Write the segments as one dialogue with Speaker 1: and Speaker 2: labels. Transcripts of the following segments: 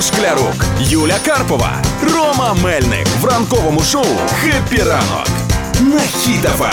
Speaker 1: Шклярук, Юля Карпова, Рома Мельник в ранковому шоу «Хеппі ранок» на Хіт-ФМ.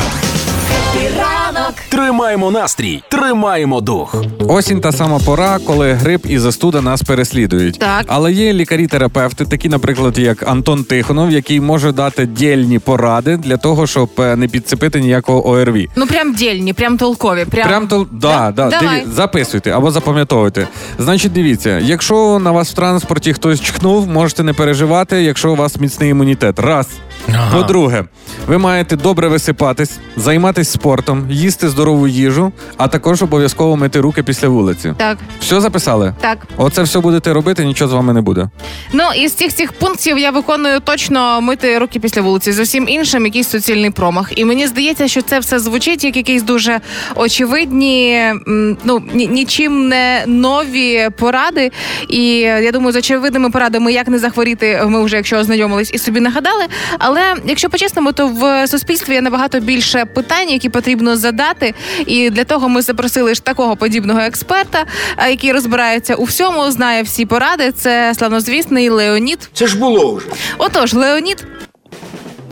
Speaker 2: Ранок
Speaker 1: Тримаємо настрій, тримаємо дух.
Speaker 3: Осінь та сама пора, коли грип і застуда нас переслідують.
Speaker 4: Так.
Speaker 3: Але є лікарі-терапевти, такі, наприклад, як Антон Тихонов, який може дати дільні поради для того, щоб е, не підцепити ніякого ОРВІ.
Speaker 4: Ну прям дільні, прям толкові. Прям,
Speaker 3: Прям то да, да,
Speaker 4: Давай.
Speaker 3: диві- записуйте або запам'ятовуйте. Значить, дивіться, якщо на вас в транспорті хтось чхнув, можете не переживати, якщо у вас міцний імунітет. Раз. По-друге, ви маєте добре висипатись, займатися спортом, їсти здорову їжу, а також обов'язково мити руки після вулиці.
Speaker 4: Так,
Speaker 3: Все записали?
Speaker 4: так.
Speaker 3: Оце все будете робити, нічого з вами не буде.
Speaker 4: Ну із цих цих пунктів я виконую точно мити руки після вулиці. З усім іншим якийсь суцільний промах. І мені здається, що це все звучить як якісь дуже очевидні, м, ну ні- нічим не нові поради. І я думаю, з очевидними порадами, як не захворіти, ми вже якщо ознайомились і собі нагадали. Але якщо по-чесному, то в суспільстві є набагато більше питань, які потрібно задати. І для того ми запросили ж такого подібного експерта, а, який розбирається у всьому, знає всі поради. Це славнозвісний Леонід.
Speaker 5: Це ж було вже.
Speaker 4: Отож, Леонід.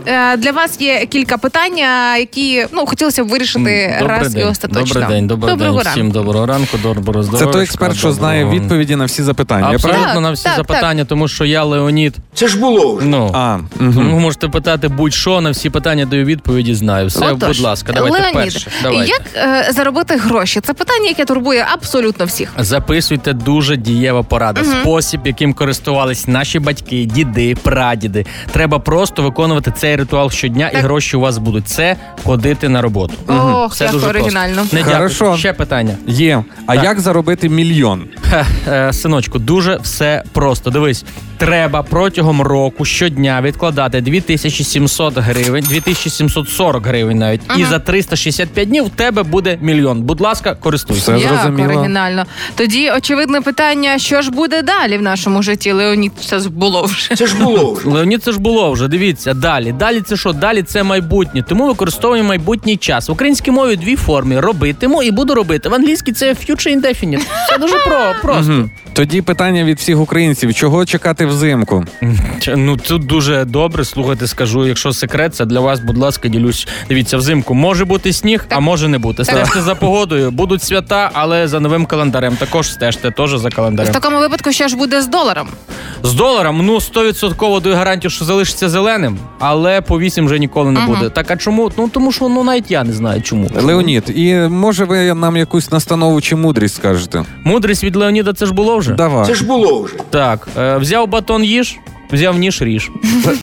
Speaker 4: е, Для вас є кілька питань, а, які ну хотілося б вирішити раз
Speaker 6: день.
Speaker 4: і остаточно.
Speaker 6: Добрий день, добрий
Speaker 4: Доброго
Speaker 6: день.
Speaker 4: ранку.
Speaker 6: Всім доброго ранку, доброго здоров'я.
Speaker 3: Це той експерт, що знає відповіді на всі запитання.
Speaker 6: Абсолютно
Speaker 3: правильно?
Speaker 4: Так,
Speaker 6: на всі
Speaker 4: так,
Speaker 6: запитання, тому що я Леонід.
Speaker 5: Це ж було вже.
Speaker 6: Ну,
Speaker 3: А, мгм.
Speaker 6: тому можете питати будь-що, на всі питання даю відповіді, знаю. Все,
Speaker 4: Отож,
Speaker 6: будь ласка, давайте
Speaker 4: Леонід,
Speaker 6: перше. Давайте.
Speaker 4: Як е, заробити гроші? Це питання, яке турбує абсолютно всіх.
Speaker 6: Записуйте дуже дієва порада. Спосіб, яким користувались наші батьки, діди, прадіди. Треба просто виконувати цей ритуал щодня, і гроші у вас будуть. Це ходити на роботу.
Speaker 4: Ох,
Speaker 6: Все
Speaker 4: як
Speaker 6: дуже
Speaker 4: оригінально.
Speaker 6: Просто. Не
Speaker 3: Хорошо.
Speaker 6: дякую. Ще питання.
Speaker 3: Є. А як заробити мільйон?
Speaker 6: Хе, е, синочку, дуже все просто. Дивись, треба протягом року щодня відкладати 2700 гривень, 2740 гривень навіть. І за 365 днів в тебе буде мільйон. Будь ласка, користуйся.
Speaker 3: Все
Speaker 4: Як
Speaker 3: зрозуміло.
Speaker 4: оригінально. Тоді очевидне питання: що ж буде далі в нашому житті? Леонід все ж було вже.
Speaker 5: Це ж було вже.
Speaker 6: Леонід, це ж було вже. Дивіться далі. Далі це що? Далі це майбутнє. Тому використовуємо майбутній час. В українській мові дві форми: робитиму і буду робити. В англійській це future indefinite. Це дуже про просто.
Speaker 3: Мгм. Тоді питання від всіх українців: чого чекати взимку?
Speaker 6: Чи- Ну тут дуже добре. Слухайте, скажу. Якщо секрет, це для вас, будь ласка, ділюсь. Дивіться, взимку може бути сніг, а може не бути. Стежте за погодою. Будуть свята, але за новим календарем. Також стежте теж за
Speaker 4: В
Speaker 6: календарем.
Speaker 4: такому випадку, що ж буде з доларом?
Speaker 6: З доларом ну 100% даю гарантію, що залишиться зеленим, але по 8 вже ніколи не буде. Так а чому? Ну тому що ну навіть я не знаю чому.
Speaker 3: Леонід, і може ви нам якусь настанову чи мудрість скажете?
Speaker 6: Мудрість від Леоніда це ж було вже.
Speaker 3: Давай.
Speaker 5: Це ж було вже.
Speaker 6: Так, е, взяв батон їж, взяв ніж ріж.